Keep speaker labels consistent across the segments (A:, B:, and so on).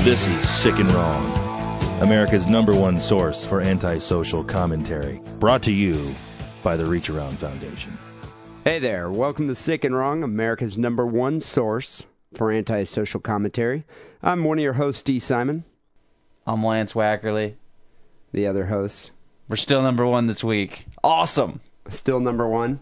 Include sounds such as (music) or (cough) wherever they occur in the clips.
A: This is Sick and Wrong, America's number one source for antisocial commentary, brought to you by the Reach Around Foundation.
B: Hey there, welcome to Sick and Wrong, America's number one source for antisocial commentary. I'm one of your hosts, D. Simon,
C: I'm Lance Wackerly.
B: the other host,
C: We're still number one this week. Awesome.
B: still number one.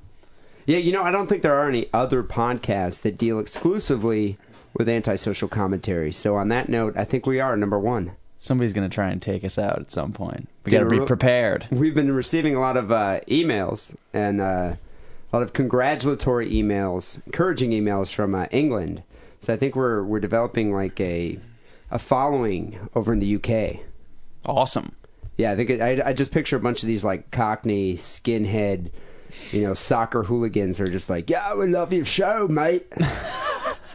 B: Yeah, you know, I don't think there are any other podcasts that deal exclusively with antisocial commentary. So, on that note, I think we are number one.
C: Somebody's gonna try and take us out at some point. We
B: Dude,
C: gotta be
B: real-
C: prepared.
B: We've been receiving a lot of uh, emails and uh, a lot of congratulatory emails, encouraging emails from uh, England. So, I think we're we're developing like a a following over in the UK.
C: Awesome.
B: Yeah, I think it, I, I just picture a bunch of these like Cockney skinhead, you know, soccer hooligans who are just like, "Yeah, we love your show, mate."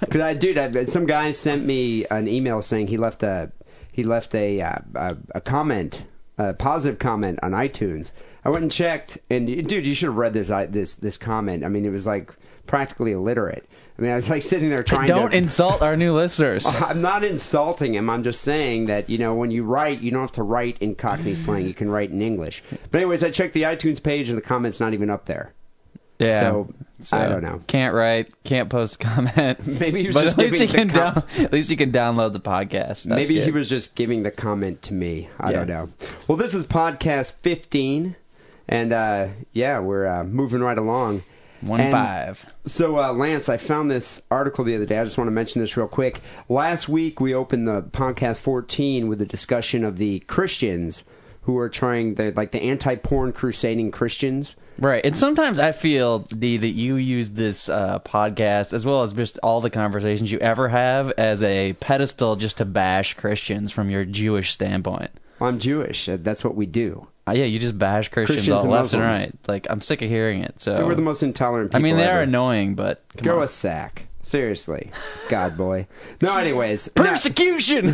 B: Because I, dude, I, some guy sent me an email saying he left a he left a uh, a, a comment, a positive comment on iTunes. I went and checked, and dude, you should have read this I, this this comment. I mean, it was like practically illiterate. I mean, I was like sitting there trying
C: Don't
B: to
C: insult our
B: (laughs)
C: new listeners.
B: I'm not insulting him. I'm just saying that you know when you write, you don't have to write in Cockney slang. You can write in English. But anyways, I checked the iTunes page and the comments not even up there.
C: Yeah.
B: So, I don't know.
C: Can't write. Can't post comment.
B: (laughs) Maybe he was
C: but
B: just
C: at least he
B: giving
C: can
B: the
C: down,
B: com-
C: at least you can download the podcast. That's
B: Maybe he
C: good.
B: was just giving the comment to me. I don't
C: Yeah.
B: know. Well, this is podcast 15, and uh, yeah, we're uh, moving right along.
C: one
B: And-
C: five.
B: So, uh, Lance, I found this article the other day. I just want to mention this real quick. Last week, we opened the podcast 14 with a discussion of the Christians who are trying the like the anti-porn crusading Christians.
C: Right. And sometimes I feel, D, that you use this uh, podcast as well as just all the conversations you ever have as a pedestal just to bash Christians from your Jewish standpoint.
B: I'm Jewish. uh, That's what we do.
C: Uh, yeah, you just bash Christians,
B: Christians
C: all
B: and
C: left and
B: Muslims.
C: right. Like I'm sick of hearing it. So
B: Dude, We're the most intolerant
C: Oh. I
B: people.
C: mean, they
B: ever.
C: are annoying, but come
B: Go
C: on.
B: a sack. Seriously, God boy. No,
C: (laughs)
B: anyways. no.
C: persecution.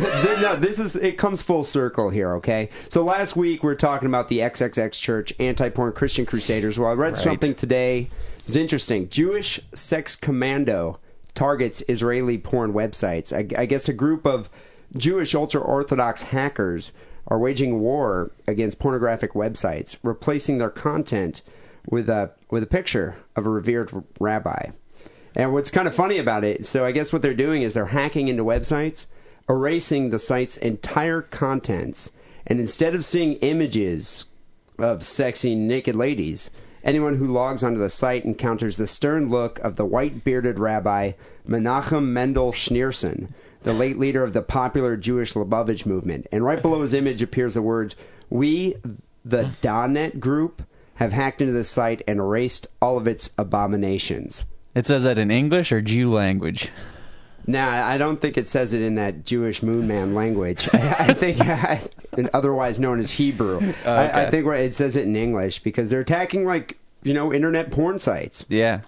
B: (laughs) Th- no, this is it comes full circle here, okay? So last week we were talking about the XXX Church, anti-porn Christian Crusaders. Well, I read
C: Right.
B: something today. It's interesting. Jewish sex commando targets Israeli porn websites. I, I guess a group of Jewish ultra-orthodox hackers are waging war against pornographic websites, replacing their content with a with a picture of a revered rabbi. And what's kind of funny about it, so I guess what they're doing is they're hacking into websites, erasing the site's entire contents, and instead of seeing images of sexy naked ladies, anyone who logs onto the site encounters the stern look of the white bearded rabbi Menachem Mendel Schneerson, the late leader of the popular Jewish Lubavitch movement. And right below his image appears the words, We, the Donnet Group, have hacked into the site and erased all of its abominations.
C: it says that in English or Jew language.
B: Now, I don't think it says it in that Jewish moon man language. I, I think, (laughs) and otherwise known as Hebrew. I, I
C: Oh, okay.
B: think it says it in English because they're attacking like you know internet porn sites.
C: Yeah,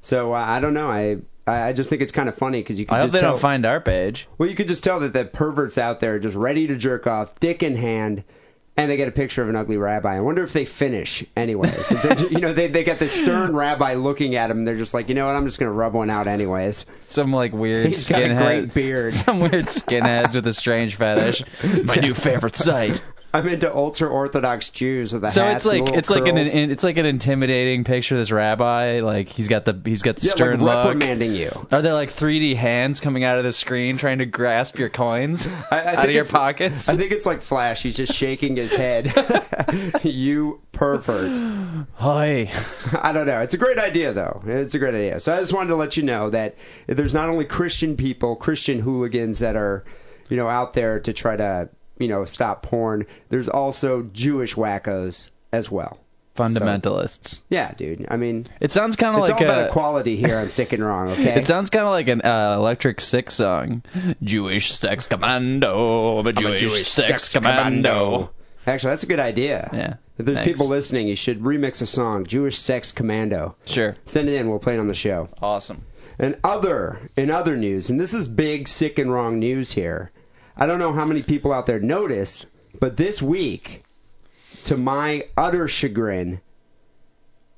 B: So uh, I don't know. I I I just think it's kind of funny because you can
C: I hope
B: just
C: they
B: tell.
C: don't find our page.
B: well, you could just tell that the perverts out there are just ready to jerk off, dick in hand. And they get a picture of an ugly rabbi. I wonder if they finish, anyways. If they're ju- you know, they (laughs) they got this stern rabbi looking at them. They're just like, you know what? I'm just going to rub one out, anyways.
C: Some like weird
B: He's got a
C: skinhead
B: great beard.
C: (laughs) Some weird skinheads with a
B: (laughs)
C: strange fetish. My new favorite site.
B: I'm into ultra orthodox Jews with a
C: So
B: hat.
C: it's like it's like an, in- it's like an intimidating picture. of This rabbi, like he's got the he's got the
B: yeah,
C: stern
B: like
C: look.
B: reprimanding you.
C: Are there like 3D hands coming out of the screen trying to grasp your coins out
B: think
C: of your
B: it's-
C: pockets?
B: I think it's like Flash. He's just shaking his
C: (laughs)
B: head. you pervert.
C: Hi.
B: I don't know. It's a great idea, though. It's a great idea. So I just wanted to let you know that there's not only Christian people, Christian hooligans that are, you know, out there to try to, you know, stop porn. There's also Jewish wackos as well.
C: (laughs) Fundamentalists.
B: Yeah, dude. I mean,
C: It sounds kind of
B: it's
C: like
B: all about
C: a.
B: equality here on Sick and Wrong.
C: (laughs)
B: Okay.
C: it sounds kind of like an uh, Electric Six song, Jewish sex commando. I'm a Jewish, sex, commando.
B: Actually, that's a good idea.
C: Yeah,
B: If there's
C: thanks.
B: people listening, you should remix a song, Jewish Sex Commando.
C: Sure.
B: Send it in. We'll play it on the show.
C: Awesome.
B: And other, in other news, and this is big, sick, and wrong news here. I don't know how many people out there noticed, but this week, to my utter chagrin,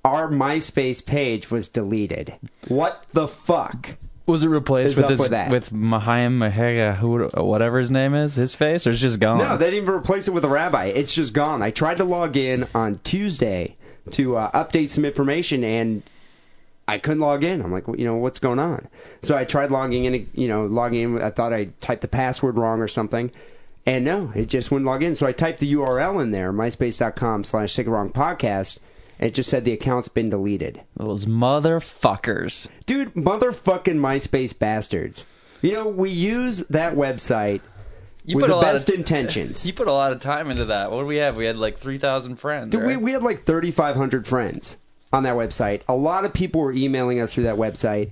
B: our MySpace page was deleted. What the fuck?
C: Was it replaced
B: Is
C: with
B: up
C: this
B: with that.
C: with Mahayim Mahega, who uh, whatever his name is, his face, or it's just gone?
B: No, they didn't even replace it with a rabbi. It's just gone. I tried to log in on Tuesday to uh, update some information, and I couldn't log in. I'm like, well, you know, what's going on? So I tried logging in. You know, logging in. I thought I typed the password wrong or something, and no, it just wouldn't log in. So I typed the URL in there, myspace.com/slash wrong podcast, and it just said the account's been deleted.
C: Those motherfuckers.
B: Dude, motherfucking MySpace bastards. You know, we use that website
C: You
B: with
C: put a
B: the
C: lot
B: best
C: of- (laughs)
B: intentions.
C: You put a lot of time into that. What do we have? We had like three thousand friends.
B: Dude, we,
C: right?
B: we had like 3,500 friends on that website. A lot of people were emailing us through that website.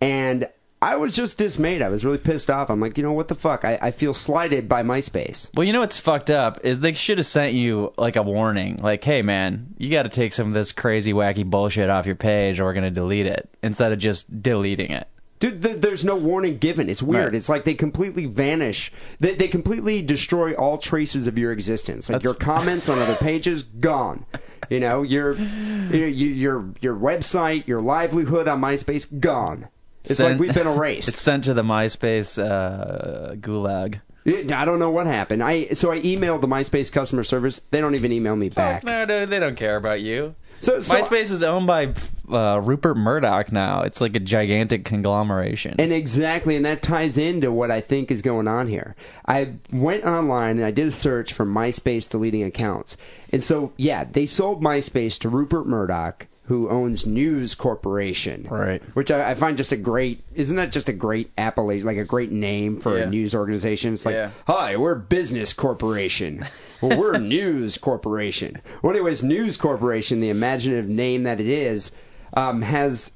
B: And I was just dismayed. I was really pissed off. I'm like, you know, what the fuck? I, I feel slighted by MySpace.
C: Well, you know what's fucked up is they should have sent you like a warning, like, "Hey, man, you got to take some of this crazy, wacky bullshit off your page, or we're gonna delete it." Instead of just deleting it.
B: Dude, th- there's no warning given. It's weird.
C: Right.
B: It's like they completely vanish. They, they completely destroy all traces of your existence. Like your comments on other pages, gone. You know, your, your your your website, your livelihood on MySpace, gone. It's
C: Sent-
B: like we've been erased.
C: (laughs) It's sent to the MySpace uh, gulag.
B: It- I don't know what happened. I so I emailed the MySpace customer service. They don't even email me back.
C: No, no, they don't care about you.
B: So- so-
C: MySpace is owned by uh, Rupert Murdoch now. It's like a gigantic conglomeration.
B: And exactly, and that ties into what I think is going on here. I went online and I did a search for MySpace deleting accounts. And so, yeah, they sold MySpace to Rupert Murdoch, who owns News Corporation.
C: Right.
B: Which I, I find just a great, isn't that just a great appellation, like a great name for
C: Yeah.
B: a news organization? It's like,
C: Yeah.
B: hi, we're Business Corporation. Well, we're News Corporation. Well, anyways, News Corporation, the imaginative name that it is, um, has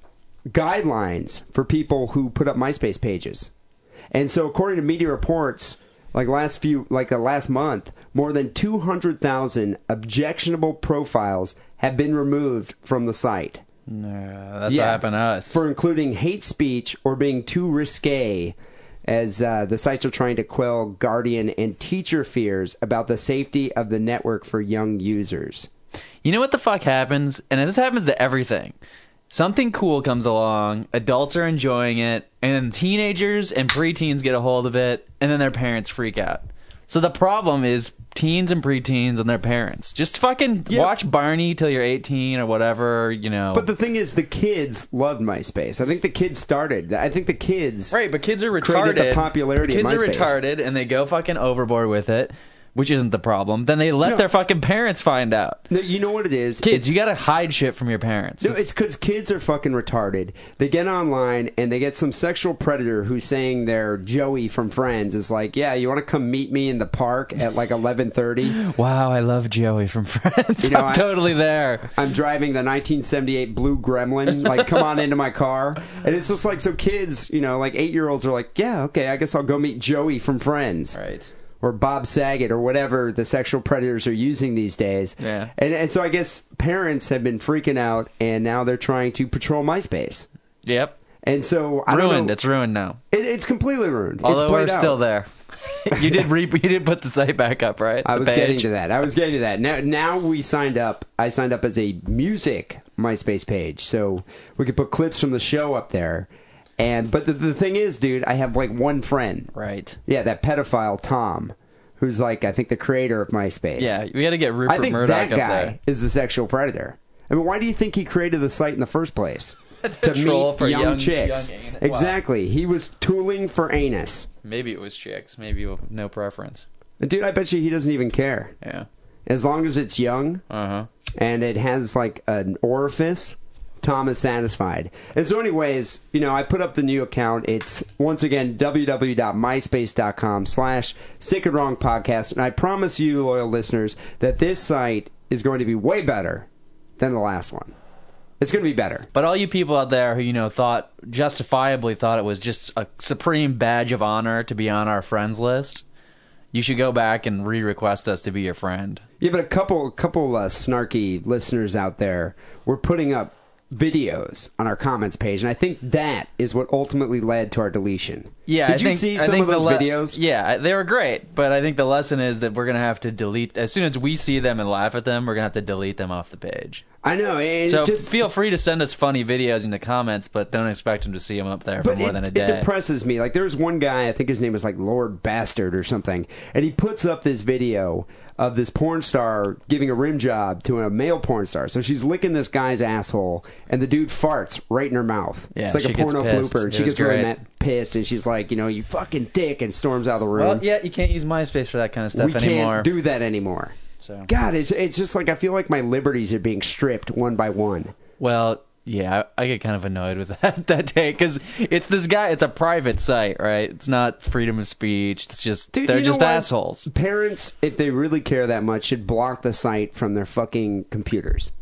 B: guidelines for people who put up MySpace pages. And so, according to media reports, like last few, like uh, last month, more than 200,000 objectionable profiles have been removed from the site
C: No, Uh, that's
B: Yeah.
C: what happened to us.
B: for including hate speech or being too risque, as uh, the sites are trying to quell guardian and teacher fears about the safety of the network for young users.
C: You know what the fuck happens? And this happens to everything. Something cool comes along, adults are enjoying it, and then teenagers and preteens get a hold of it, and then their parents freak out. So the problem is teens and preteens and their parents. Just fucking
B: Yeah.
C: watch Barney till you're 18 or whatever, you know.
B: But the thing is, the kids loved MySpace. I think the kids started. I think the kids.
C: Right, but kids are retarded.
B: created the popularity of
C: Kids are
B: MySpace.
C: retarded, and they go fucking overboard with it, which isn't the problem. Then they let
B: No.
C: their fucking parents find out.
B: No, you know what it is?
C: Kids,
B: It's-
C: you gotta hide shit from your parents.
B: No, it's because kids are fucking retarded. They get online and they get some sexual predator who's saying their Joey from Friends is like, "Yeah, you want to come meet me in the park at like eleven thirty?
C: wow, I love Joey from (laughs) Friends.
B: You know,
C: I'm
B: I-
C: totally there.
B: I'm driving the 1978 blue gremlin. Like, come on into my car. And it's just like, so kids, you know, like eight year olds are like, yeah, okay, I guess I'll go meet Joey from Friends.
C: Right.
B: Or Bob Saget or whatever the sexual predators are using these days.
C: Yeah.
B: And, and so I guess parents have been freaking out and now they're trying to patrol MySpace.
C: Yep.
B: And so I don't
C: Ruined.
B: know.
C: It's ruined now.
B: It, it's completely ruined. it's
C: Although we're
B: played out.
C: still there. (laughs) you did re- you did put the site back up, right?
B: I
C: The
B: was
C: page?
B: getting to that. I was getting to that. Now, now we signed up. I signed up as a music MySpace page, so we could put clips from the show up there. And but the, the thing is, dude, I have like one friend.
C: Right.
B: Yeah, that pedophile Tom, who's like I think the creator of MySpace.
C: Yeah, we gotta get Rupert
B: I think
C: Murdoch
B: that
C: up
B: guy is the sexual predator. I mean, why do you think he created the site in the first
C: (laughs)
B: place?
C: To troll for young-
B: chicks.
C: young anus. Wow.
B: exactly. He was tooling for anus.
C: there. Maybe it was chicks. Maybe with no preference.
B: Dude, I bet you he doesn't even care.
C: Yeah.
B: As long as it's young,
C: Uh huh.
B: and it has like an orifice. Tom is satisfied. And so, anyways, you know, I put up the new account. It's once again www.myspace.com slash sick and wrong podcast. And I promise you, loyal listeners, that this site is going to be way better than the last one. It's going to be better.
C: But all you people out there who you know thought justifiably thought it was just a supreme badge of honor to be on our friends list, you should go back and re-request us to be your friend.
B: Yeah, but a couple, couple uh, snarky listeners out there were putting up videos on our comments page, and I think that is what ultimately led to our deletion.
C: Yeah,
B: did
C: I
B: you
C: think,
B: see
C: I
B: some
C: think
B: of those
C: the le-
B: videos?
C: Yeah, I- they were great, but I think the lesson is that we're gonna have to delete as soon as we see them and laugh at them. We're gonna have to delete them off the page.
B: I know. And
C: So
B: just
C: feel free to send us funny videos in the comments, but don't expect them to see them up there for
B: But
C: more
B: it,
C: than a
B: it
C: day.
B: depresses me. Like there was one guy, I think his name was like Lord Bastard or something, and he puts up this video of this porn star giving a rim job to a male porn star. So she's licking this guy's asshole, and the dude farts right in her mouth.
C: Yeah,
B: it's like
C: she
B: a
C: gets
B: porno
C: pissed.
B: blooper.
C: It
B: And she
C: was
B: gets really
C: great.
B: mad, pissed, and she's like, you know, you fucking dick, and storms out of the room.
C: well, yeah, you can't use MySpace for that kind of stuff
B: we
C: anymore.
B: can't do that anymore.
C: So-
B: God, it's it's just like I feel like my liberties are being stripped one by one.
C: Well, yeah, I, I get kind of annoyed with (laughs) that that day because it's this guy. It's a private site, right? It's not freedom of speech. It's just
B: Dude,
C: they're
B: you know
C: just
B: what?
C: assholes.
B: Parents, if they really care that much, should block the site from their fucking computers.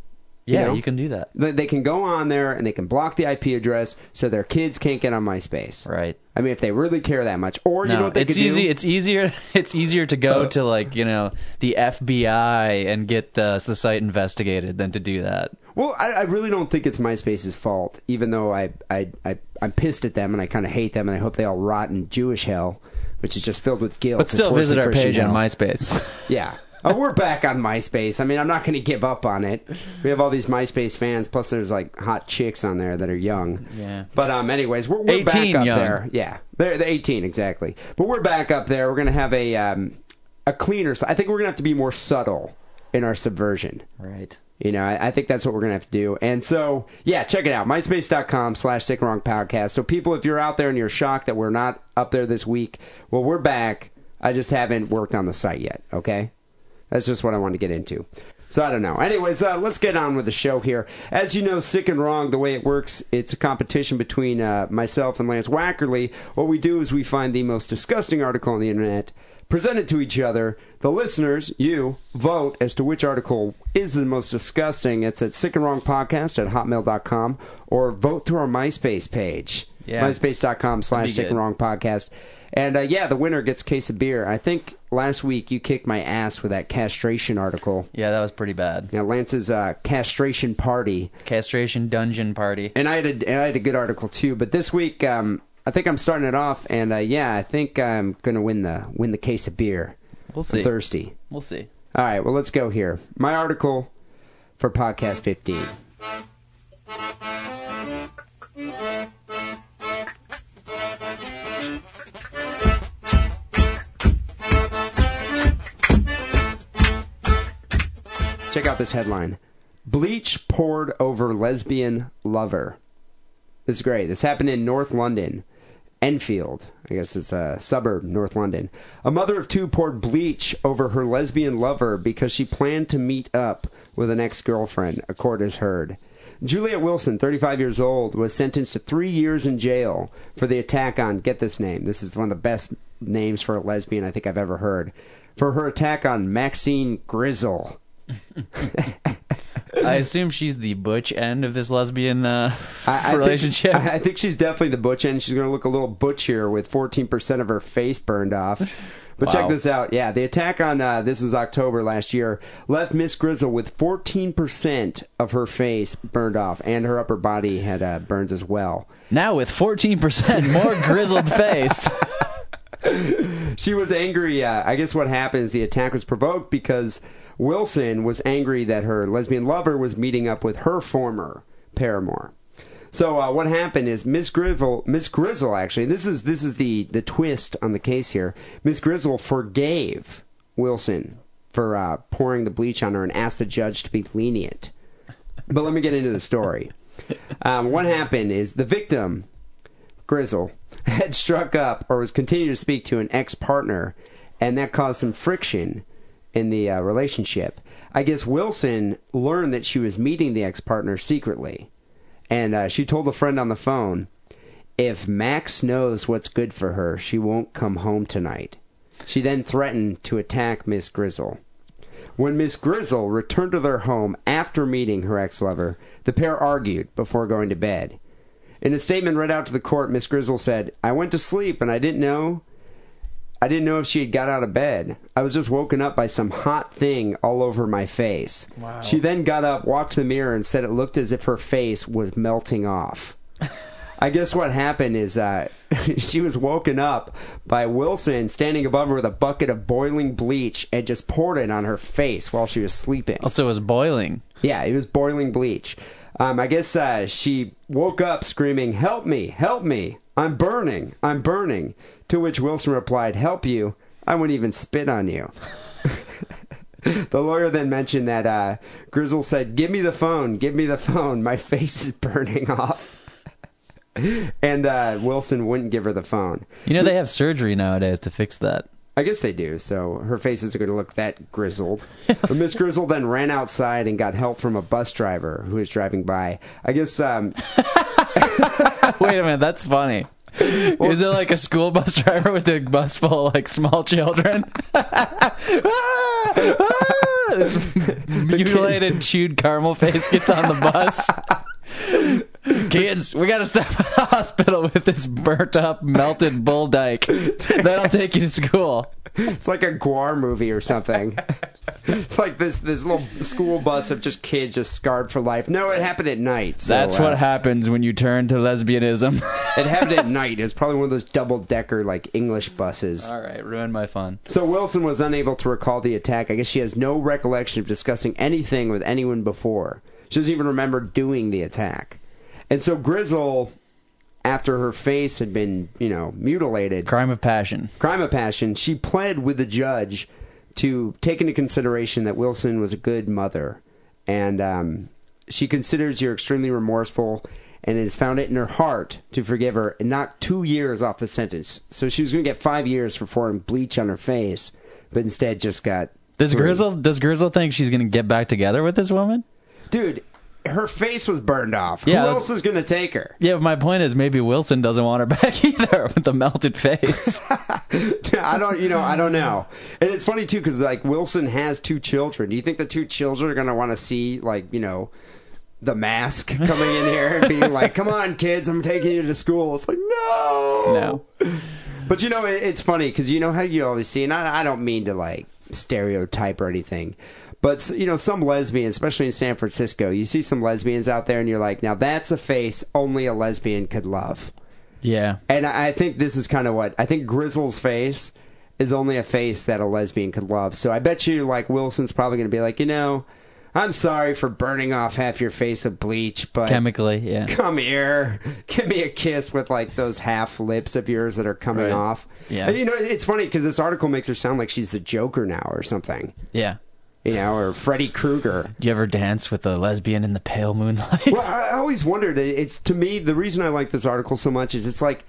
C: Yeah,
B: know?
C: you can do that.
B: They they can go on there and they can block the IP address so their kids can't get on MySpace.
C: Right.
B: I mean, if they really care that much, or you know
C: No,
B: what they
C: it's
B: could
C: easy.
B: do?
C: It's easier. (laughs) It's easier to go to like you know the FBI and get the the site investigated than to do that.
B: Well, I, I really don't think it's MySpace's fault, even though I, I, I I'm pissed at them and I kind of hate them and I hope they all rot in Jewish hell, which is just filled with guilt.
C: But still,
B: It's worse
C: visit
B: than
C: our
B: Christian
C: page
B: hell.
C: on
B: (laughs)
C: MySpace.
B: Yeah. Oh, we're back on MySpace. I mean, I'm not going to give up on it. We have all these MySpace fans. Plus, there's like hot chicks on there that are young.
C: Yeah.
B: But um, anyways, we're, we're back
C: 18
B: up
C: young.
B: there. Yeah, they're, they're 18 exactly. But we're back up there. We're going to have a um, a cleaner. s- I think we're going to have to be more subtle in our subversion.
C: right.
B: You know, I, I think that's what we're going to have to do. And so, yeah, check it out. MySpace.com slash Sick and Wrong Podcast. So, people, if you're out there and you're shocked that we're not up there this week, well, we're back. I just haven't worked on the site yet, okay? That's just what I wanted to get into. So, I don't know. Anyways, uh, let's get on with the show here. As you know, Sick and Wrong, the way it works, it's a competition between uh, myself and Lance Wackerly. What we do is we find the most disgusting article on the internet presented to each other. The listeners, you, vote as to which article is the most disgusting. It's at sick and wrong podcast at hotmail.com or vote through our MySpace page.
C: Yeah.
B: MySpace.com slash
C: That'd be
B: sick and
C: good.
B: wrong podcast. And uh, yeah, the winner gets a case of beer. I think last week you kicked my ass with that castration article.
C: Yeah, that was pretty bad.
B: Yeah, Lance's uh, castration party.
C: Castration dungeon party.
B: And I had a, and I had a good article too, but this week um, I think I'm starting it off, and uh, yeah, I think I'm gonna win the win the case of beer.
C: We'll
B: I'm
C: see.
B: thirsty.
C: We'll see.
B: All right, well, let's go here. My article for podcast 15. Check out this headline Bleach poured over lesbian lover. This is great. This happened in North London. Enfield, I guess it's a suburb, North London. A mother of two poured bleach over her lesbian lover because she planned to meet up with an ex girlfriend, a court has heard. Juliet Wilson, 35 years old, was sentenced to three years in jail for the attack on, get this name, this is one of the best names for a lesbian I think I've ever heard, for her attack on Maxine Grizzle.
C: I assume she's the butch end of this lesbian uh, (laughs)
B: I, I
C: relationship.
B: Think, I, I think she's definitely the butch end. She's going to look a little butchier with 14% of her face burned off. But check
C: Wow.
B: this out. Yeah, the attack on uh, this is October last year left Miss Grizzle with 14% of her face burned off, and her upper body had uh, burns as well.
C: now with 14% more
B: (laughs)
C: grizzled face.
B: she was angry. Uh, I guess what happens, the attack was provoked because Wilson was angry that her lesbian lover was meeting up with her former paramour. So uh, what happened is Miss Grizzle, Miss Grizzle actually, and this is this is the the twist on the case here. Miss Grizzle forgave Wilson for uh, pouring the bleach on her and asked the judge to be lenient. But let me get into the story. Um, what happened is the victim Grizzle (laughs) had struck up or was continuing to speak to an ex partner, and that caused some friction in the uh, relationship. I guess Wilson learned that she was meeting the ex partner secretly, and uh, she told a friend on the phone, If Max knows what's good for her, she won't come home tonight. She then threatened to attack Miss Grizzle. When Miss Grizzle returned to their home after meeting her ex lover, the pair argued before going to bed. In a statement read out to the court, Miss Grizzle said, I went to sleep and I didn't know I didn't know if she had got out of bed. I was just woken up by some hot thing all over my face.
C: Wow.
B: She then got up, walked to the mirror, and said it looked as if her face was melting off. I guess what happened is uh, (laughs) she was woken up by Wilson standing above her with a bucket of boiling bleach and just poured it on her face while she was sleeping.
C: Also, it was boiling.
B: Yeah, it was boiling bleach. Um, I guess uh, she woke up screaming, Help me, help me, I'm burning, I'm burning. To which Wilson replied, Help you, I wouldn't even spit on you. (laughs) the lawyer then mentioned that uh, Grizzle said, Give me the phone, give me the phone, my face is (laughs) burning off. and uh, Wilson wouldn't give her the phone.
C: You know they have surgery nowadays to fix that.
B: I guess they do. So her face isn't going to look that grizzled. But Miss Grizzle then ran outside and got help from a bus driver who was driving by. I guess um,
C: Wait a minute, that's funny. Is it like a school bus (laughs) driver with a bus full of like small children? (laughs) Ah! Ah! this mutilated, chewed caramel face gets on the bus. Kids, we gotta stop at the hospital with this burnt up, melted bull dyke. That'll take you to school.
B: it's like a Guar movie or something. it's like this this little school bus of just kids just scarred for life. No, it happened at night. so,
C: That's
B: uh,
C: what happens when you turn to lesbianism. (laughs)
B: it happened at night. It was probably one of those double decker like English buses.
C: All right, ruined my fun.
B: So Wilson was unable to recall the attack. I guess she has no recollection of discussing anything with anyone before. She doesn't even remember doing the attack. And so Grizzle, after her face had been, you know, mutilated,
C: Crime of passion.
B: crime of passion, she pled with the judge to take into consideration that Wilson was a good mother. And um, she considers you're extremely remorseful and has found it in her heart to forgive her and knock two years off the sentence. So she was going to get five years for pouring bleach on her face, but instead just got.
C: Does
B: three.
C: Grizzle does Grizzle think she's gonna get back together with this woman?
B: Dude, her face was burned off. Who
C: Yeah, that's-
B: else is going to take her?
C: Yeah, but my point is maybe Wilson doesn't want her (laughs) back either with the
B: (laughs)
C: melted face.
B: I don't, you know, I don't know. And it's funny too because like Wilson has two children. Do you think the two children are going to want to see like you know the mask coming in here and being like, "Come on, kids, I'm taking you to school." It's like, no, no. But you know, it, it's funny because you know how you always see, and I, I don't mean to like stereotype or anything. But you know, some lesbians, especially in San Francisco, you see some lesbians out there, and you're like, "Now that's a face only a lesbian could love."
C: yeah.
B: And I I think this is kind of what I think Grizzle's face is only a face that a lesbian could love. So I bet you, like, Wilson's probably going to be like, you know, I'm sorry for burning off half your face of bleach, but
C: Chemically, yeah.
B: come here, give me a kiss with like those half lips of yours that are coming
C: Right.
B: off.
C: Yeah.
B: And, you know, it's funny because this article makes her sound like she's the Joker now or something,
C: Yeah.
B: you know, or Freddy Krueger.
C: Do you ever dance with a lesbian in the pale moonlight?
B: Well, I I always wondered. it- It's to me the reason I like this article so much is it's like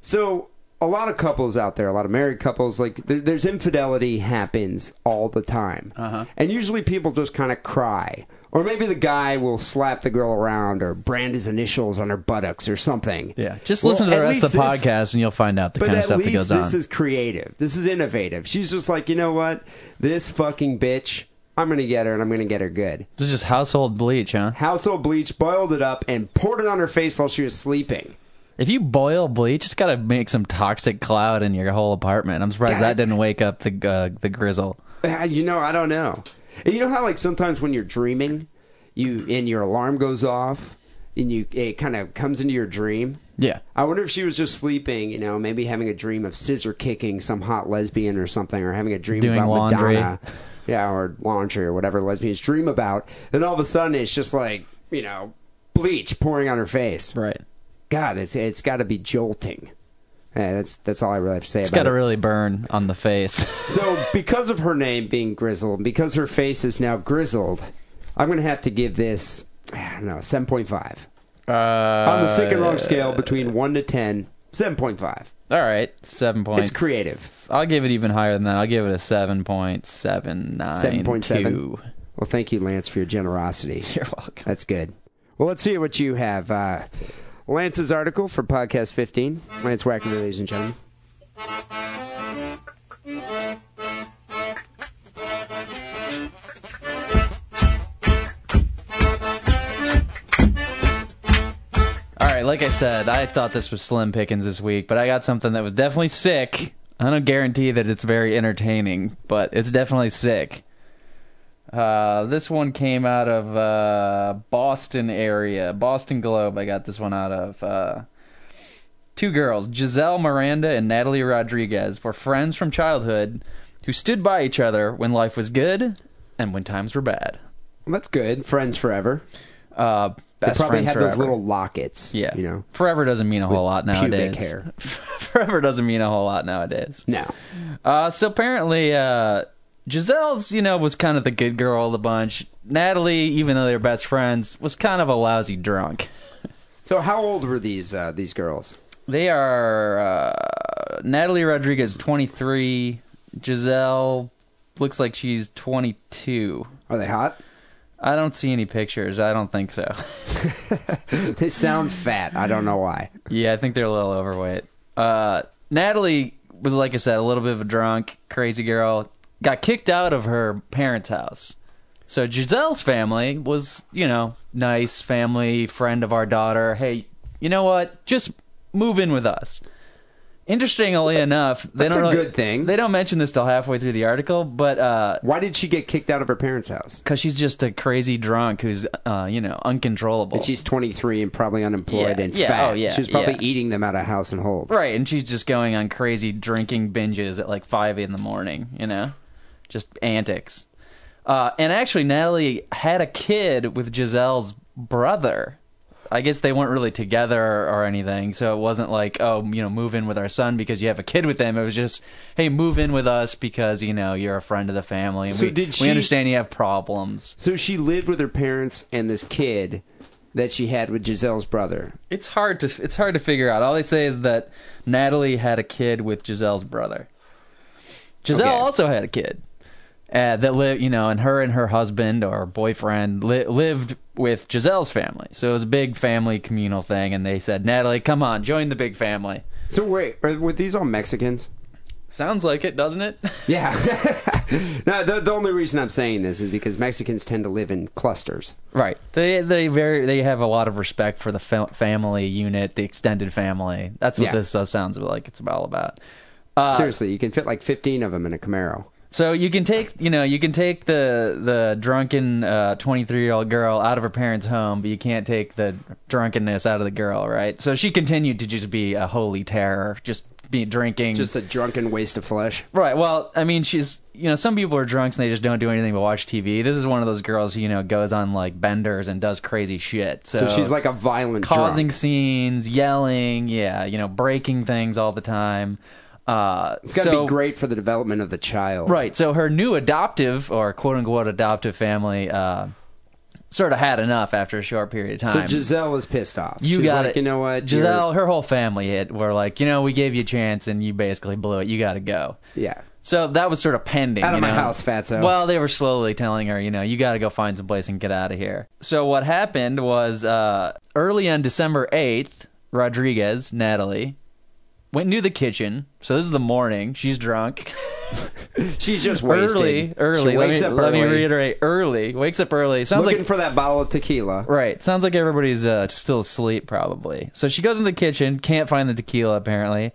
B: so a lot of couples out there, a lot of married couples, like there, there's infidelity happens all the time, uh-huh. and usually people just kind of cry, or maybe the guy will slap the girl around or brand his initials on her buttocks or something.
C: (laughs) Yeah. Just
B: Well,
C: listen to the
B: at
C: rest of the
B: least this-
C: podcast and you'll find out the
B: but
C: kind of
B: at
C: stuff that
B: least
C: goes
B: this
C: on.
B: is creative. This is innovative. She's just like, you know what, this fucking bitch. I'm gonna get her, and I'm gonna get her good.
C: this is just household bleach, huh?
B: Household bleach, boiled it up, and poured it on her face while she was sleeping.
C: If you boil bleach, it's got to make some toxic cloud in your whole apartment. I'm surprised
B: God.
C: that didn't wake up the uh, the grizzle.
B: Uh, You know, I don't know. And you know how like sometimes when you're dreaming, you and your alarm goes off, and you it kind of comes into your dream.
C: Yeah.
B: I wonder if she was just sleeping, you know, maybe having a dream of scissor kicking some hot lesbian or something, or having a dream
C: Doing
B: about
C: laundry.
B: Madonna, yeah, or laundry or whatever lesbians dream about. And all of a sudden, it's just like you know, bleach pouring on her face.
C: Right.
B: God, it's it's got to be jolting. Yeah, that's that's all I really have to say
C: It's
B: about
C: got to
B: it.
C: really burn on the face.
B: So, because of her name being Grizzled, and because her face is now grizzled, I'm going to have to give this, I don't know, 7.5.
C: uh,
B: (laughs) On the sick and wrong scale, between 1 to 10, 7.5.
C: All right, seven
B: It's
C: points.
B: creative.
C: I'll give it even higher than that. I'll give it a seven point seven nine
B: 7.7. Well, thank you, Lance, for your generosity.
C: (laughs) You're welcome.
B: That's good. Well, let's see what you have. Uh, Lance's article for Podcast 15. Lance Wacker, ladies and gentlemen.
C: All right, like I said, I thought this was slim pickings this week, but I got something that was definitely sick. I don't guarantee that it's very entertaining, but it's definitely sick. Uh, this one came out of uh, Boston area, Boston Globe. I got this one out of. Uh, two girls, Giselle Miranda and Natalie Rodriguez, were friends from childhood who stood by each other when life was good and when times were bad.
B: Well, that's good. Friends forever.
C: Uh, best
B: they probably
C: friends
B: had
C: forever.
B: those little lockets.
C: yeah.
B: You know.
C: forever doesn't mean a whole lot
B: pubic
C: nowadays.
B: hair.
C: (laughs) forever doesn't mean a whole lot nowadays.
B: No.
C: Uh, so apparently, uh, Giselle's, you know, was kind of the good girl of the bunch. Natalie, even though they were best friends, was kind of a lousy drunk.
B: So how old were these uh, these girls?
C: They are uh, Natalie Rodriguez, 23. Giselle looks like she's 22.
B: Are they hot?
C: I don't see any pictures. I don't think so. (laughs)
B: they sound fat. I don't know why.
C: yeah, I think they're a little overweight. Uh, Natalie was, like I said, a little bit of a drunk, crazy girl. Got kicked out of her parents' house. So Giselle's family was, you know, nice family, friend of our daughter. Hey, you know what? Just move in with us. Interestingly enough, they
B: That's
C: don't
B: a
C: really-
B: good thing.
C: They don't mention this till halfway through the article, but uh,
B: Why did she get kicked out of her parents' house?
C: because she's just a crazy drunk who's, uh, you know, uncontrollable.
B: And she's 23 and probably unemployed
C: Yeah,
B: and
C: yeah,
B: fat.
C: oh, yeah,
B: she was probably
C: yeah.
B: eating them out of house and hold.
C: Right, and she's just going on crazy drinking binges at like five in the morning, you know? Just antics. Uh, and actually, Natalie had a kid with Giselle's brother. I guess they weren't really together or anything, so it wasn't like, oh, you know, move in with our son because you have a kid with him. It was just, hey, move in with us because, you know, you're a friend of the family. and
B: So
C: we,
B: did
C: we
B: she-
C: understand you have problems.
B: So she lived with her parents and this kid that she had with Giselle's brother.
C: It's hard to it's hard to figure out. All they say is that Natalie had a kid with Giselle's brother. Giselle
B: Okay.
C: also had a kid uh, that lived, you know, and her and her husband or boyfriend li- lived with Giselle's family. So it was a big family communal thing, and they said, Natalie, come on, join the big family.
B: So wait, are, were these all Mexicans?
C: Sounds like it, doesn't it? (laughs)
B: Yeah. (laughs) no, the, the only reason I'm saying this is because Mexicans tend to live in clusters.
C: right. They they very they have a lot of respect for the fa- family unit, the extended family. That's what
B: Yeah.
C: this uh, sounds like. It's all about. Uh,
B: Seriously, you can fit like 15 of them in a Camaro.
C: So you can take you know you can take the the drunken twenty three year old girl out of her parents' home, but you can't take the drunkenness out of the girl, right? So she continued to just be a holy terror, just be drinking.
B: Just a drunken waste of flesh.
C: right. Well, I mean, she's you know some people are drunks and they just don't do anything but watch TV. This is one of those girls who you know goes on like benders and does crazy shit. So,
B: So she's like a violent
C: causing
B: drunk.
C: scenes, yelling, yeah, you know, breaking things all the time. Uh,
B: It's got to
C: so-
B: be great for the development of the child.
C: Right. So her new adoptive or quote unquote adoptive family uh, sort of had enough after a short period of
B: So
C: time.
B: Giselle is pissed off.
C: you
B: She's
C: got
B: like,
C: it.
B: You know what, you're-
C: Giselle, her whole family hit, were like, you know, we gave you a chance and you basically blew it. You got to go.
B: Yeah.
C: So that was sort of pending.
B: Out of
C: you
B: my
C: know?
B: house, fatso.
C: Well, they were slowly telling her, you know, you got to go find some place and get out of here. So what happened was uh, early on December 8th, Rodriguez, Natalie, went into the kitchen. So this is the morning. She's drunk. (laughs)
B: She's just wasted.
C: Early, early.
B: She
C: Let
B: wakes
C: me,
B: up
C: let me
B: early,
C: reiterate. Early wakes up early. Sounds
B: Looking
C: like
B: for that bottle of tequila.
C: right. Sounds like everybody's uh, still asleep probably. So she goes in the kitchen, can't find the tequila apparently,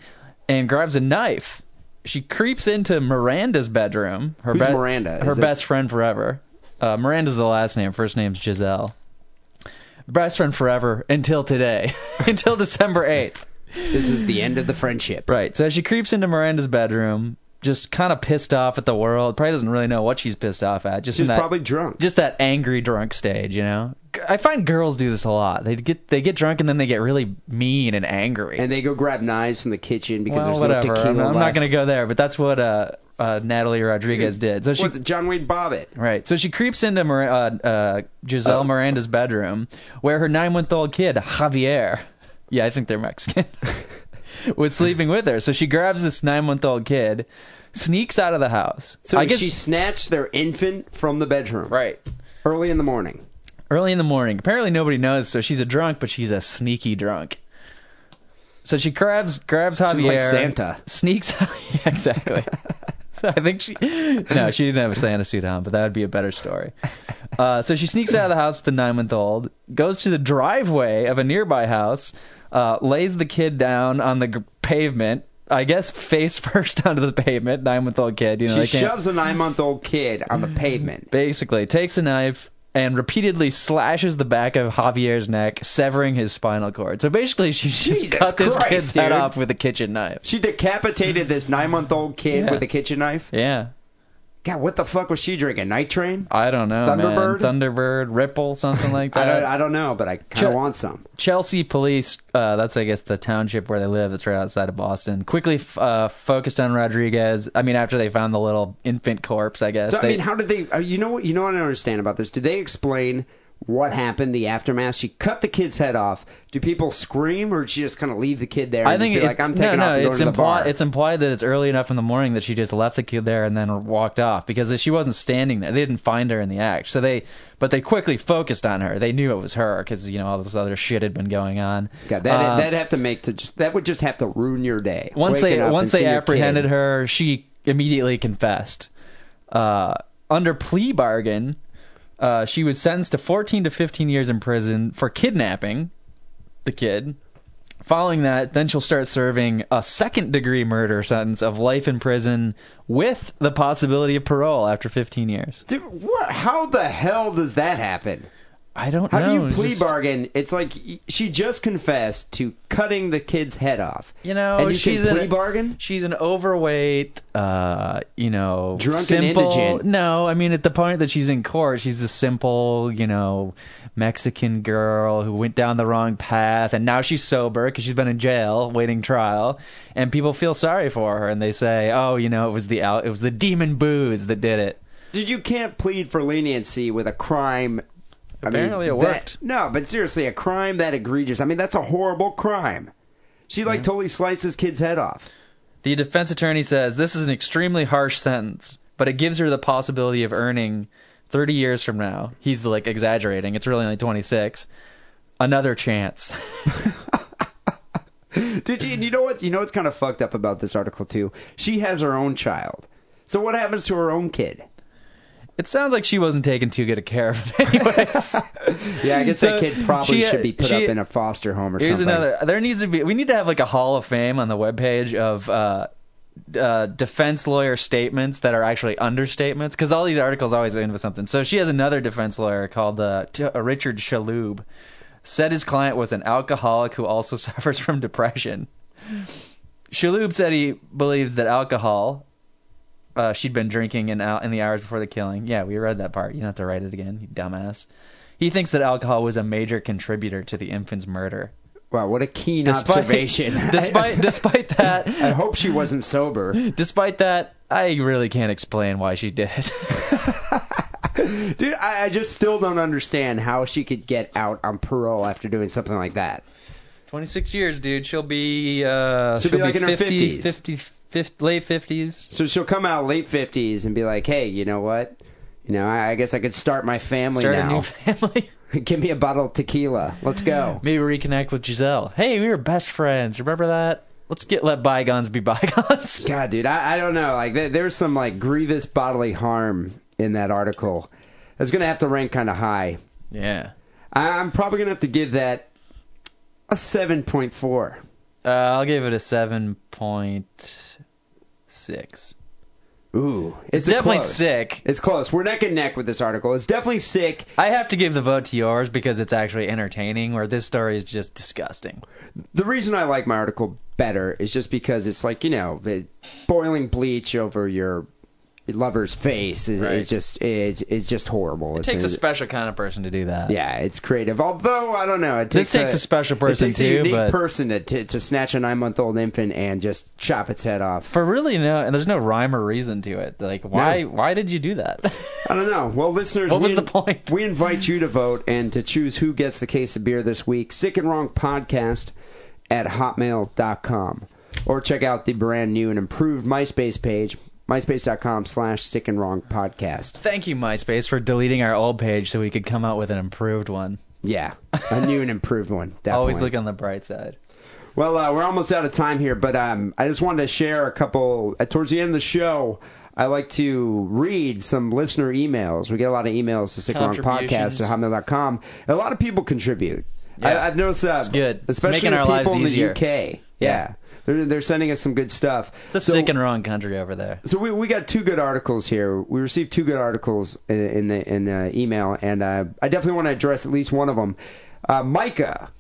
C: and grabs a knife. She creeps into Miranda's bedroom. Her
B: Who's
C: be-
B: Miranda?
C: Her
B: Is it-
C: best friend forever. Uh, Miranda's the last name. First name's Giselle. Best friend forever until today, (laughs) until December eighth.
B: This is the end of the friendship.
C: Right. So she creeps into Miranda's bedroom, just kind of pissed off at the world. Probably doesn't really know what she's pissed off at. Just
B: She's
C: in that,
B: probably drunk.
C: Just that angry drunk stage, you know. G- I find girls do this a lot. They get they get drunk and then they get really mean and angry.
B: And they go grab knives from the kitchen because
C: well,
B: there's
C: whatever.
B: no tequila
C: I'm, not- I'm
B: left.
C: not going to go there, but that's what uh, uh, Natalie Rodriguez did. So she
B: What's it, John Wayne Bobbitt?
C: Right. So she creeps into Mir- uh, uh,
B: Oh.
C: Giselle Miranda's bedroom where her nine month old kid, Javier, yeah, I think they're Mexican, (laughs) was sleeping with her. So she grabs this nine month old kid, sneaks out of the house.
B: So
C: I guess.
B: she snatched their infant from the bedroom.
C: right.
B: Early in the morning.
C: Early in the morning. Apparently nobody knows, so she's a drunk, but she's a sneaky drunk. So she grabs grabs Javier.
B: She's like Santa.
C: Sneaks out. (laughs) Yeah, exactly. I think she. No, she didn't have a Santa suit on, but that would be a better story. Uh, so she sneaks out of the house with the nine month old, goes to the driveway of a nearby house, uh, lays the kid down on the g- pavement. I guess face (laughs) first onto the pavement. Nine month old kid. You know
B: She
C: they can't,
B: shoves a nine month old kid on the pavement.
C: basically takes a knife and repeatedly slashes the back of Javier's neck, severing his spinal cord. So basically, she just
B: Jesus
C: cut this
B: Christ,
C: kid's head
B: dude.
C: off with a kitchen knife.
B: She decapitated this nine month old kid
C: Yeah.
B: with a kitchen knife.
C: Yeah.
B: God, what the fuck was she drinking? Night Train?
C: I don't know. man.
B: Thunderbird?
C: Thunderbird, Ripple, something
B: (laughs)
C: like
B: I
C: that.
B: don't, I don't know, but I kind
C: Uh, Sure.
B: of want some.
C: Chelsea police, uh, that's I guess the township where they live. It's right outside of Boston. Quickly f- uh, focused on Rodriguez. I mean, after they found the little infant corpse, I guess.
B: So
C: they,
B: I mean, how did they? Uh, you know what? You know what I don't understand about this? Did they explain what happened? The aftermath? She cut the kid's head off. Do people scream, or did she just kind of leave the kid there? And
C: I think
B: just
C: it-
B: be like I'm taking
C: no,
B: off
C: no,
B: and going
C: it's
B: to the
C: implied.
B: bar.
C: It's implied that it's early enough in the morning that she just left the kid there and then walked off because she wasn't standing there. They didn't find her in the act, so they. But they quickly focused on her. They knew it was her because you know all this other shit had been going on.
B: God, that
C: Um,
B: that'd have to make to just that would just have to ruin your day.
C: once
B: Waking
C: they
B: up
C: once
B: and
C: they
B: seeing your
C: apprehended
B: kid.
C: her, she immediately confessed. Uh, under plea bargain, uh, she was sentenced to 14 to 15 years in prison for kidnapping the kid. Following that, then she'll start serving a second degree murder sentence of life in prison with the possibility of parole after 15 years.
B: Dude, what? How the hell does that happen?
C: I don't
B: How
C: know.
B: do you
C: it's
B: plea
C: just-
B: bargain? It's like y- she just confessed to cutting the kid's head off.
C: You know,
B: and you
C: she's
B: can
C: an-
B: plea bargain.
C: She's an overweight, uh, you know,
B: Drunk and
C: simple.
B: indigent.
C: No, I mean at the point that she's in court, she's a simple, you know, Mexican girl who went down the wrong path, and now she's sober because she's been in jail waiting trial, and people feel sorry for her, and they say, oh, you know, it was the al- it was the demon booze that did it.
B: Dude, you can't plead for leniency with a crime. I mean,
C: Apparently it
B: that-
C: worked.
B: no, but seriously, a crime that egregious. I mean, that's a horrible crime. She like totally sliced this kid's head off.
C: The defense attorney says this is an extremely harsh sentence, but it gives her the possibility of earning 30 years from now. He's like exaggerating. It's really only 26. Another chance. (laughs)
B: Did you? and You know what? You know what's kind of fucked up about this article too. She has her own child. So what happens to her own kid?
C: It sounds like she wasn't taken too good a care of, (laughs) anyways.
B: Yeah, I guess
C: So
B: that kid probably
C: she-
B: should be put
C: she-
B: up in a foster home or
C: Here's
B: something.
C: another. There needs to be. We need to have like a hall of fame on the webpage of uh, uh, defense lawyer statements that are actually understatements because all these articles always end with something. So she has another defense lawyer called uh, T- uh, Richard Shalhoub. Said his client was an alcoholic who also (laughs) suffers from depression. Shalhoub said he believes that alcohol. Uh, she'd been drinking in, al- in the hours before the killing. Yeah, we read that part. You don't have to write it again, you dumbass. He thinks that alcohol was a major contributor to the infant's murder.
B: Wow, what a keen observation. (laughs)
C: (laughs) Despite (laughs) despite
B: I
C: that,
B: hope she wasn't sober.
C: despite that, I really can't explain why she did (laughs) it.
B: Dude, I, I just still don't understand how she could get out on parole after doing something like that.
C: Twenty six years, dude. She'll be uh,
B: She'll be like in her
C: 50,
B: 50s.
C: 50, 50 late fifties.
B: So she'll come out late fifties and be like, "Hey, you know what? You know, I, I guess I could start my family
C: Start a
B: (laughs) now.
C: new (laughs) family.
B: Give me a bottle of tequila. Let's
C: (laughs)
B: go."
C: Maybe reconnect with Giselle. Hey, we were best friends. Remember that? Let's get let bygones be bygones.
B: God, dude, I, I don't know. Like, there, there's some like grievous bodily harm in that article. It's gonna have to rank kind of high.
C: (laughs) yeah.
B: I, I'm probably gonna have to give that a seven point four.
C: Uh, I'll give it a seven point six.
B: Ooh, it's,
C: It's definitely
B: close.
C: sick.
B: It's close. We're neck and neck with this article. It's definitely sick.
C: I have to give the vote to yours because it's actually entertaining, where this story is just disgusting.
B: The reason I like my article better is just because it's like you know, the boiling bleach over your lover's face is,
C: Right.
B: is just is is just horrible.
C: It
B: It's-
C: takes a
B: it's-
C: special kind of person to do that.
B: yeah, it's creative. Although I don't know, it takes
C: This takes a special person
B: it takes
C: too,
B: a unique
C: but-
B: person to, to to snatch a nine month old infant and just chop its head off.
C: For really no, and there's no rhyme or reason to it. Like why?
B: No.
C: Why did you do that? (laughs)
B: I don't know. Well, listeners,
C: What was
B: we-
C: the point?
B: We invite you to vote and to choose who gets the case of beer this week. Sick and Wrong Podcast at hotmail.com. Or check out the brand new and improved MySpace page, myspace.com slash sick and wrong podcast.
C: Thank you, MySpace, for deleting our old page so we could come out with an improved one.
B: Yeah, a new and improved one. Definitely.
C: (laughs) Always look on the bright side.
B: Well, uh, we're almost out of time here, but um, I just wanted to share a couple. Uh, towards the end of the show, I like to read some listener emails. We get a lot of emails to Sick and Wrong Podcast
C: Contributions.
B: at hotmail.com. And a lot of people contribute.
C: Yeah.
B: I, I've noticed that.
C: It's good. It's
B: Especially
C: making
B: the
C: our
B: people
C: lives
B: in the
C: easier.
B: UK. Yeah. They're, they're sending us some good stuff.
C: It's a
B: So-
C: sick and wrong country over there.
B: so we, we got two good articles here. We received two good articles in, in the in the email, and uh, I definitely want to address at least one of them. Uh, Micah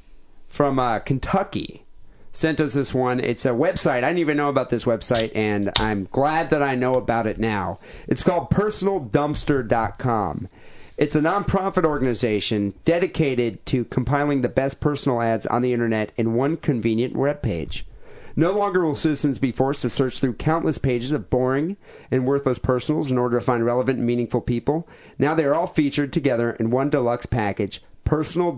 B: from uh, Kentucky sent us this one. It's a website. I didn't even know about this website, and I'm glad that I know about it now. It's called personaldumpster.com. It's a nonprofit organization dedicated to compiling the best personal ads on the internet in one convenient web page. No longer will citizens be forced to search through countless pages of boring and worthless personals in order to find relevant and meaningful people. Now they are all featured together in one deluxe package,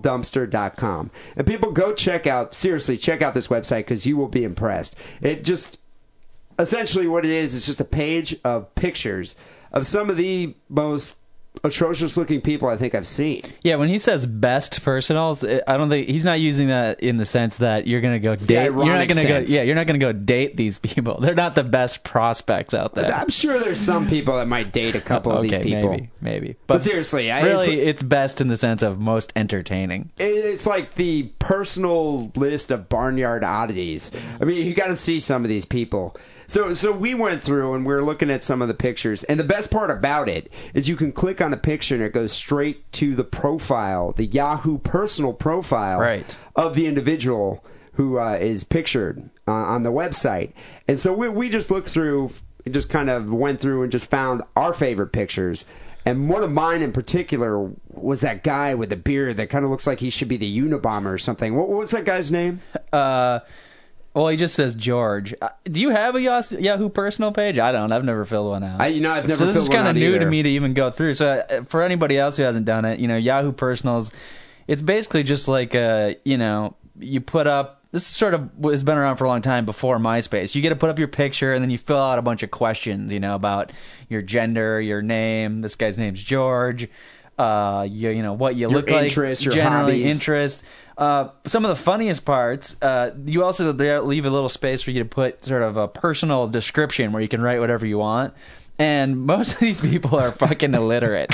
B: personaldumpster.com. And people go check out, seriously, check out this website because you will be impressed. It just, essentially what it is, it's just a page of pictures of some of the most atrocious looking people I think I've seen.
C: Yeah, when he says best personals, it- I don't think he's not using that in the sense that you're going to go
B: the
C: date. You're not
B: ironic
C: going to go.
B: sense.
C: Yeah, you're not going to go date these (laughs) people. They're not the best prospects out there.
B: I'm sure there's some people that might date a couple of
C: (laughs) okay,
B: these people.
C: maybe, maybe.
B: But seriously, I-
C: really,
B: it's-
C: it's best in the sense of most entertaining.
B: It- It's like the personal list of barnyard oddities. I mean, you got to see some of these people. So, so we went through and we were looking at some of the pictures. And the best part about it is you can click on a picture and it goes straight to the profile, the Yahoo personal profile
C: Right.
B: of the individual who uh, is pictured uh, on the website. And so we, we just looked through, just kind of went through and just found our favorite pictures. And one of mine in particular was that guy with the beard that kind of looks like he should be the Unabomber or something. What, what was that guy's name? (laughs)
C: Uh, well, he just says George. Uh, Do you have a Yas- Yahoo personal page? I don't. I've never filled one out.
B: I- you know, I've never
C: So this
B: filled
C: is
B: one
C: kinda
B: out
C: new
B: either.
C: to me to even go through. So uh, for anybody else who hasn't done it, you know, Yahoo personals, it's basically just like uh, you know, you put up. This is sort of what has been around for a long time before MySpace. You get to put up your picture and then you fill out a bunch of questions, you know, about your gender, your name. This guy's name's George. Uh, you, you know what you look
B: interests, your
C: like, generally
B: hobbies.
C: interest. Uh, some of the funniest parts, uh, you also there leave a little space for you to put sort of a personal description where you can write whatever you want. And (laughs) most of these people are
B: (laughs)
C: fucking illiterate.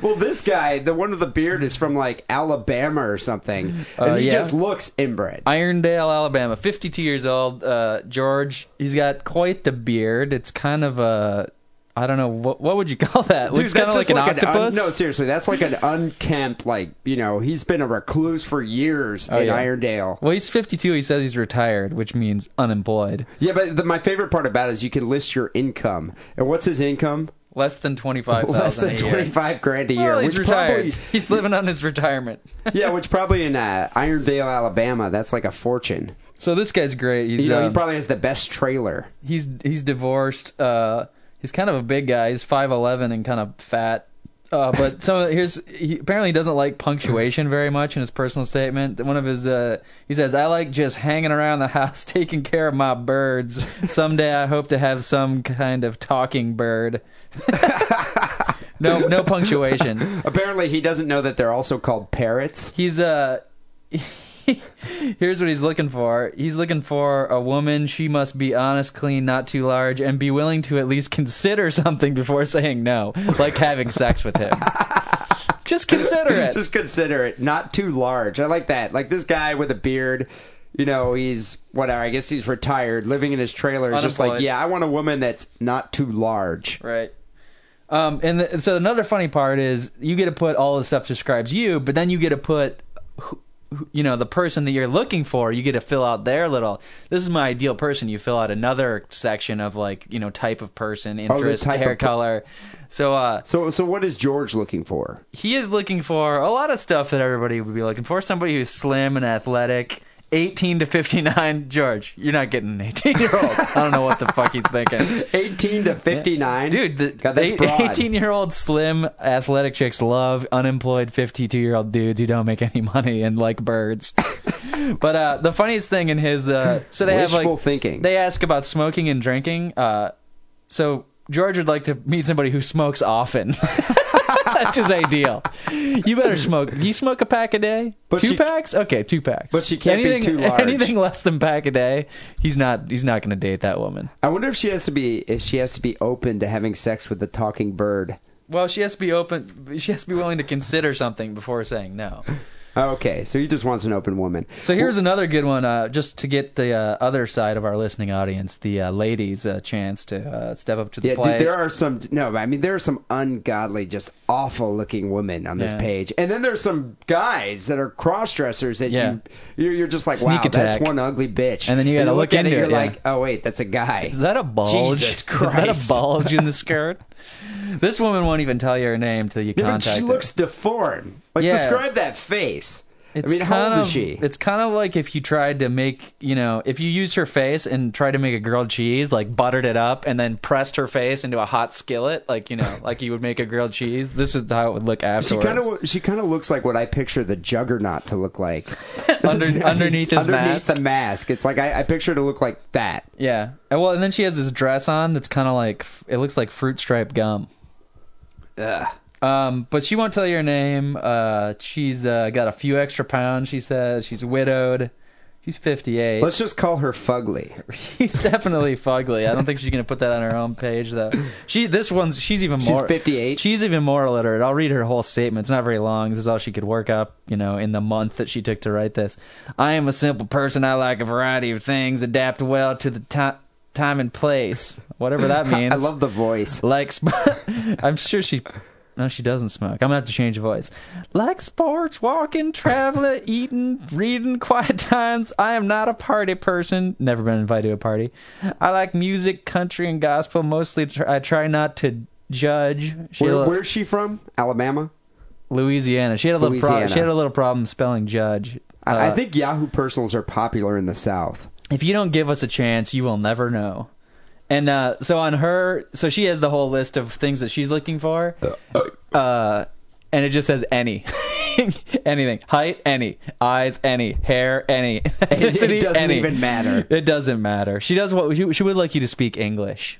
B: Well, this guy, the one with the beard, is from like Alabama or something. And
C: Uh,
B: he
C: yeah. Uh,
B: just looks inbred.
C: Irondale, Alabama, 52 years old. Uh, George, he's got quite the beard. It's kind of a, I don't know, what, what would you call that? Looks kind of like
B: just
C: an
B: un-
C: octopus.
B: no, seriously, that's like an unkempt, like, you know, he's been a recluse for years in
C: Oh, yeah.
B: Irondale.
C: well, he's 52. He says he's retired, which means unemployed.
B: Yeah, but the, my favorite part about it is you can list your income. And what's his income?
C: Less than 25,000
B: Less than
C: a year.
B: 25 grand a year.
C: Well, he's
B: which
C: retired.
B: probably
C: He's living on his retirement.
B: (laughs)
C: (laughs)
B: Yeah, which probably in uh, Irondale, Alabama, that's like a fortune.
C: So this guy's great. He's
B: You know, he
C: um,
B: probably has the best trailer.
C: he's he's divorced. Uh, he's kind of a big guy. He's five eleven and kind of fat. Uh, but some of, here's he apparently he doesn't like punctuation very much in his personal statement. One of his uh, he says, "I like just hanging around the (laughs) house, taking care of my birds. Someday I hope to have some kind of talking bird." (laughs) no, no punctuation.
B: Apparently, he doesn't know that they're also called parrots.
C: He's uh (laughs) here's what he's looking for. He's looking for a woman. She must be honest, clean, not too large, and be willing to at least consider something before saying no, like having sex with him. Just consider
B: (laughs)
C: it.
B: Just consider it not too large. I like that. Like this guy with a beard, you know, he's whatever. I guess he's retired, living in his trailer. It's just like,
C: Unemployed.
B: yeah, I want a woman that's not too large.
C: Right. Um, and the, so another funny part is you get to put all the stuff describes you, but then you get to put, who, who- you know, the person that you're looking for. You get to fill out their little. This is my ideal person. You fill out another section of like you know type of person,
B: Oh, the
C: interest,
B: type
C: hair
B: of per-
C: color. So uh,
B: So, so what is George looking for?
C: he is looking for a lot of stuff that everybody would be looking for. Somebody who's slim and athletic. 18 to 59, George. You're not getting an 18 year old. I don't know what the fuck he's thinking.
B: 18 to 59?
C: Dude, the
B: God, that's broad.
C: 18 year old slim athletic chicks love unemployed 52 year old dudes who don't make any money and like birds. (laughs) but uh, the funniest thing in his uh, so they have
B: Wishful
C: like
B: thinking.
C: They ask about smoking and drinking. Uh, so George would like to meet somebody who smokes often. (laughs) That's his ideal. You better smoke. You smoke a pack a day?
B: But
C: two
B: she-
C: packs? Okay, two packs.
B: but she can't be too large.
C: Anything less than pack a day, he's not. He's not going to date that woman.
B: I wonder if she has to be if she has to be open to having sex with the talking bird.
C: Well, she has to be open. She has to be willing to consider something before saying no.
B: Okay, so he just wants an open woman.
C: So here's another good one, uh, just to get the uh, other side of our listening audience, the uh, ladies, a chance to uh, step up to the
B: Yeah,
C: plate.
B: dude, there are some. No, I mean there are some ungodly, just awful looking women on this
C: Yeah.
B: page, and then there's some guys that are cross dressers that
C: Yeah.
B: you you're, you're just like,
C: Sneak
B: wow,
C: attack.
B: that's one ugly bitch.
C: And then you gotta look
B: at it,
C: into
B: you're
C: it, yeah.
B: like, oh wait, that's a guy.
C: Is that a bulge?
B: Jesus
C: Is
B: Christ.
C: that a bulge in the skirt? this woman won't even tell you her name till you
B: Yeah, but
C: contact
B: she
C: her.
B: looks deformed. Like
C: Yeah.
B: describe that face.
C: It's
B: I mean, how
C: kind
B: old
C: of,
B: is she?
C: It's kind of like if you tried to make, you know, if you used her face and tried to make a grilled cheese, like buttered it up and then pressed her face into a hot skillet, like you know, like you would make a grilled cheese. This is how it would look
B: She
C: afterwards.
B: kind of she kind of looks like what I picture the Juggernaut to look like (laughs)
C: (laughs) Under- underneath his
B: underneath
C: mask.
B: the mask. It's like I, I picture to look like that.
C: yeah. And, Well, and then she has this dress on that's kind of like it looks like fruit stripe gum.
B: Ugh.
C: Um, but she won't tell your name. Uh, she's uh, got a few extra pounds. She says she's widowed. She's fifty-eight.
B: Let's just call her Fugly.
C: She's definitely fugly. I don't think she's gonna put that on her own page though. She this one's she's even
B: She's
C: more
B: 58?
C: She's even more illiterate. I'll read her whole statement. It's not very long. This is all she could work up, you know, in the month that she took to write this. I am a simple person. I like a variety of things. Adapt well to the time time and place. Whatever that
B: (laughs)
C: means.
B: I love the voice.
C: like sp- (laughs) I'm sure she no, she doesn't smoke. I'm gonna have to change voice. Like sports, walking,
B: (laughs)
C: traveling, eating, reading, quiet times. I am not a party person. Never been invited to a party. I like music, country, and gospel. Mostly, tr- I try not to judge. She had
B: Where,
C: a-
B: where's she from? Alabama.
C: Louisiana. She had a little problem.
B: Louisiana.
C: She had a little problem spelling judge.
B: I, I
C: Uh,
B: think Yahoo personals are popular in the South.
C: if you don't give us a chance, you will never know. And uh, so on her, so she has the whole list of things that she's looking for, uh, and it just says any, (laughs) anything, height, any, eyes, any, hair, any, (laughs) ethnicity,
B: it (laughs) doesn't
C: any.
B: even matter.
C: It doesn't matter. She does what she, she would like you to
B: (laughs)
C: speak English.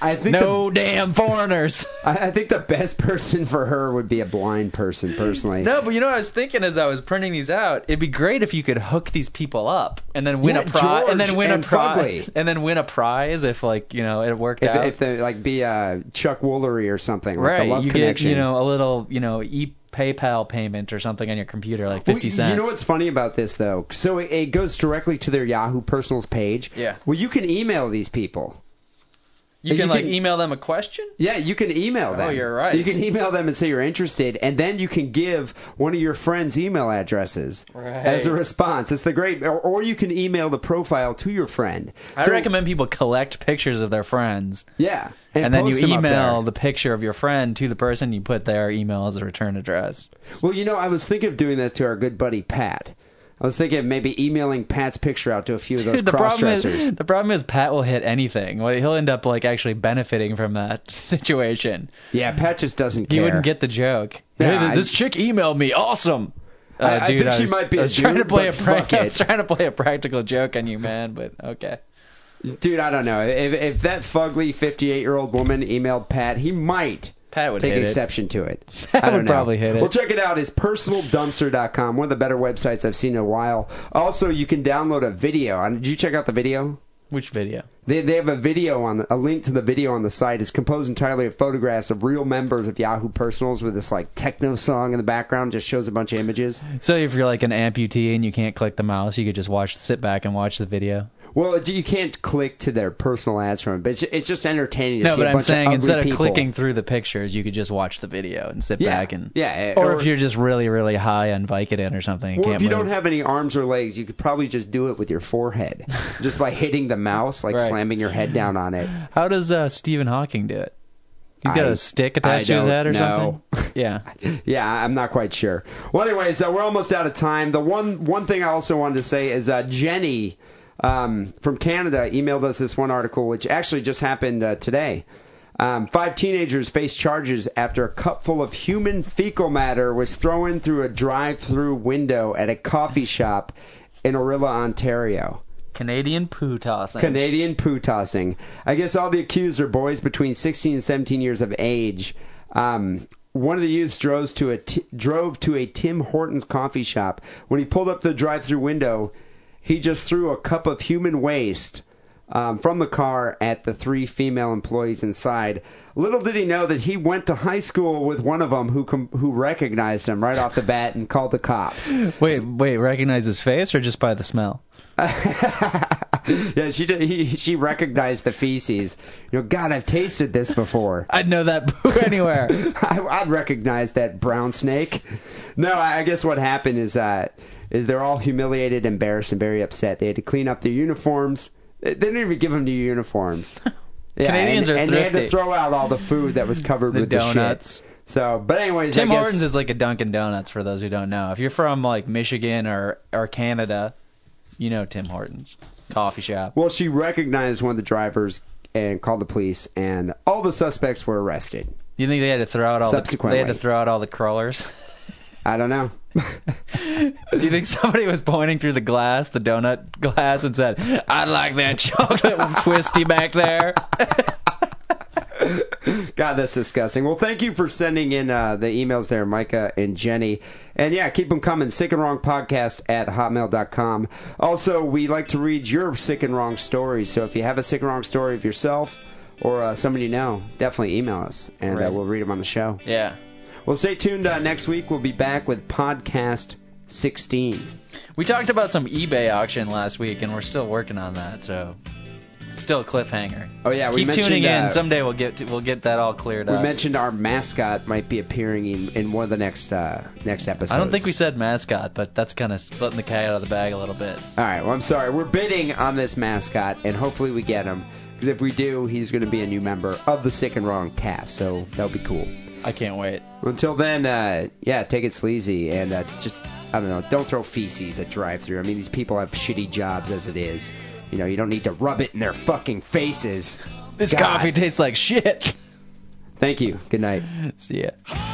B: I think
C: No damn foreigners.
B: the, I I think the best (laughs) person for her would be a blind person. Personally,
C: (laughs) No, but you know what I was thinking as I was printing these out. It'd be great if you could hook these people up and then win
B: Yeah,
C: a prize, and then
B: George
C: win
B: and
C: a prize,
B: Fugly.
C: and then win a prize if like you know it worked
B: if,
C: out.
B: if they like be uh, Chuck Woolery or something, like
C: right,
B: the love
C: you
B: connection.
C: get you know a little you know e PayPal payment or something on your computer, like
B: Well,
C: fifty
B: you-
C: cents.
B: You know what's funny about this though? So it, it goes directly to their Yahoo Personals page.
C: Yeah.
B: Well, you can email these people.
C: you
B: you
C: can like
B: can-
C: email them a question.
B: Yeah, you can email them.
C: Oh, you're right.
B: You can email them and say you're interested, and then you can give one of your friends' email addresses
C: Right.
B: as a response. It's the great, or, or you can email the profile to your friend.
C: I
B: So-
C: recommend people collect pictures of their friends.
B: Yeah,
C: And, then you
B: post them up
C: email
B: there.
C: the picture of your friend to the person you put their email as a return address.
B: Well, you know, I was thinking of doing that to our good buddy Pat. I was thinking of maybe emailing Pat's picture out to a few of (laughs) those
C: Dude, the
B: cross
C: problem is
B: dressers.
C: the problem is Pat will hit anything. Well, he'll end up like actually benefiting from that (laughs) situation.
B: Yeah, Pat just doesn't
C: He
B: care.
C: wouldn't get the joke.
B: Yeah,
C: Hey, th-
B: I-
C: this chick emailed me. Awesome. Uh,
B: I- I
C: dude,
B: think she
C: was-
B: might be a
C: I was trying to
B: dude,
C: play
B: but
C: a prac-
B: fuck
C: (laughs) I was
B: it.
C: trying to play a practical joke on you, man. But okay.
B: Dude, I don't know. If, if that fugly 58 year old woman emailed Pat, he might
C: Pat would
B: take
C: hit it.
B: exception to it.
C: (laughs) Pat
B: I don't
C: would
B: know.
C: probably hit it.
B: Well, check it out. It's personaldumpster.com, one of the better websites I've seen in a while. Also, you can download a video. Uh, Did you check out the video?
C: Which video?
B: They, they have a video on the, a link to the video on the site. It's composed entirely of photographs of real members of Yahoo Personals with this like techno song in the background. Just shows a bunch of images.
C: So if you're like an amputee and you can't click the mouse, you could just watch, sit back and watch the video.
B: Well, it- you can't click to their personal ads from it, but it's, it's just entertaining to
C: No,
B: see
C: but
B: a
C: I'm
B: bunch
C: saying
B: of ugly
C: instead of
B: people.
C: clicking through the pictures, you could just watch the video and sit
B: Yeah,
C: back and
B: yeah, eh,
C: Or,
B: or-
C: if you're just really, really high on Vicodin or something, and
B: Well,
C: can't
B: if you
C: move.
B: don't have any arms or legs, you could probably just do it with your
C: (laughs)
B: forehead, just by hitting the mouse, like
C: Right.
B: slamming your head down on it.
C: How does uh, Stephen Hawking do it? He's got
B: I-
C: a stick attached
B: I
C: to his
B: don't
C: head or
B: know. (laughs)
C: something. Yeah.
B: Yeah, I- I'm not quite sure. Well, anyways, uh, we're almost out of time. The one one thing I also wanted to say is uh, Jenny um, from Canada emailed us this one article, which actually just happened uh, today. Um, five teenagers face charges after a cupful of human fecal matter was thrown through a drive-through window at a coffee shop in Orilla, Ontario.
C: Canadian poo tossing.
B: Canadian poo tossing. I guess all the accused are boys between 16 and 17 years of age. Um, one of the youths drove to a t- drove to a Tim Hortons coffee shop. When he pulled up to the drive-through window, he just threw a cup of human waste um, from the car at the three female employees inside. Little did he know that he went to high school with one of them who com- who recognized him right off the bat and called the cops.
C: Wait, wait, recognize his face or just by the smell?
B: yeah, she did, he, she recognized the feces. You know, God, I've tasted this before.
C: I'd know that (laughs) poo anywhere.
B: (laughs) I, I'd recognize that brown snake. No, I, I guess what happened is uh, is they're all humiliated, embarrassed, and very upset. They had to clean up their uniforms. They they didn't even give them new uniforms. Yeah,
C: (laughs) Canadians
B: and,
C: are
B: and they had to
C: thrifty.
B: throw out all the food that was covered
C: The
B: with
C: donuts.
B: the shit. So, but anyways,
C: Tim
B: I guess,
C: Hortons is like a Dunkin' Donuts for those who don't know. If you're from like Michigan or or Canada, you know Tim Hortons coffee shop.
B: Well, she recognized one of the drivers and called the police, and all the suspects were arrested.
C: You think they had to throw out all the, they had
B: Subsequently.
C: to throw out all the crawlers? (laughs)
B: I don't know. (laughs)
C: Do you think somebody was pointing through the glass, the donut glass, and said, "I'd like that chocolate twisty back there"?
B: God, that's disgusting. Well, thank you for sending in uh, the emails there, Micah and Jenny. And yeah, keep them coming. Sick and Wrong Podcast at hotmail.com. Also, we like to read your sick and wrong stories. So if you have a sick and wrong story of yourself or uh, somebody you know, definitely email us and uh,
C: Right.
B: we'll read them on the show.
C: (laughs) Yeah.
B: Well, stay tuned. Uh, next week, we'll be back with Podcast 16.
C: We talked about some eBay auction last week, and we're still working on that. So, still a cliffhanger.
B: Oh, yeah, we
C: keep tuning
B: mentioned, uh,
C: in. Someday we'll get to, we'll get that all cleared
B: We
C: up.
B: mentioned our mascot might be appearing in, in one of the next uh, next episodes.
C: I don't think we said mascot, but that's kind of splitting the cat out of the bag a little bit.
B: All right. Well, I'm sorry. We're bidding on this mascot, and hopefully we get him. Because if we do, he's going to be a new member of the Sick and Wrong cast. So that'll be cool.
C: I can't wait.
B: Until then, uh, yeah, take it sleazy and uh, just I don't know. Don't throw feces at drive-through. I mean, these people have shitty jobs as it is. You know, you don't need to rub it in their fucking faces.
C: This
B: God.
C: coffee tastes like shit. (laughs)
B: Thank you. Good night.
C: See ya.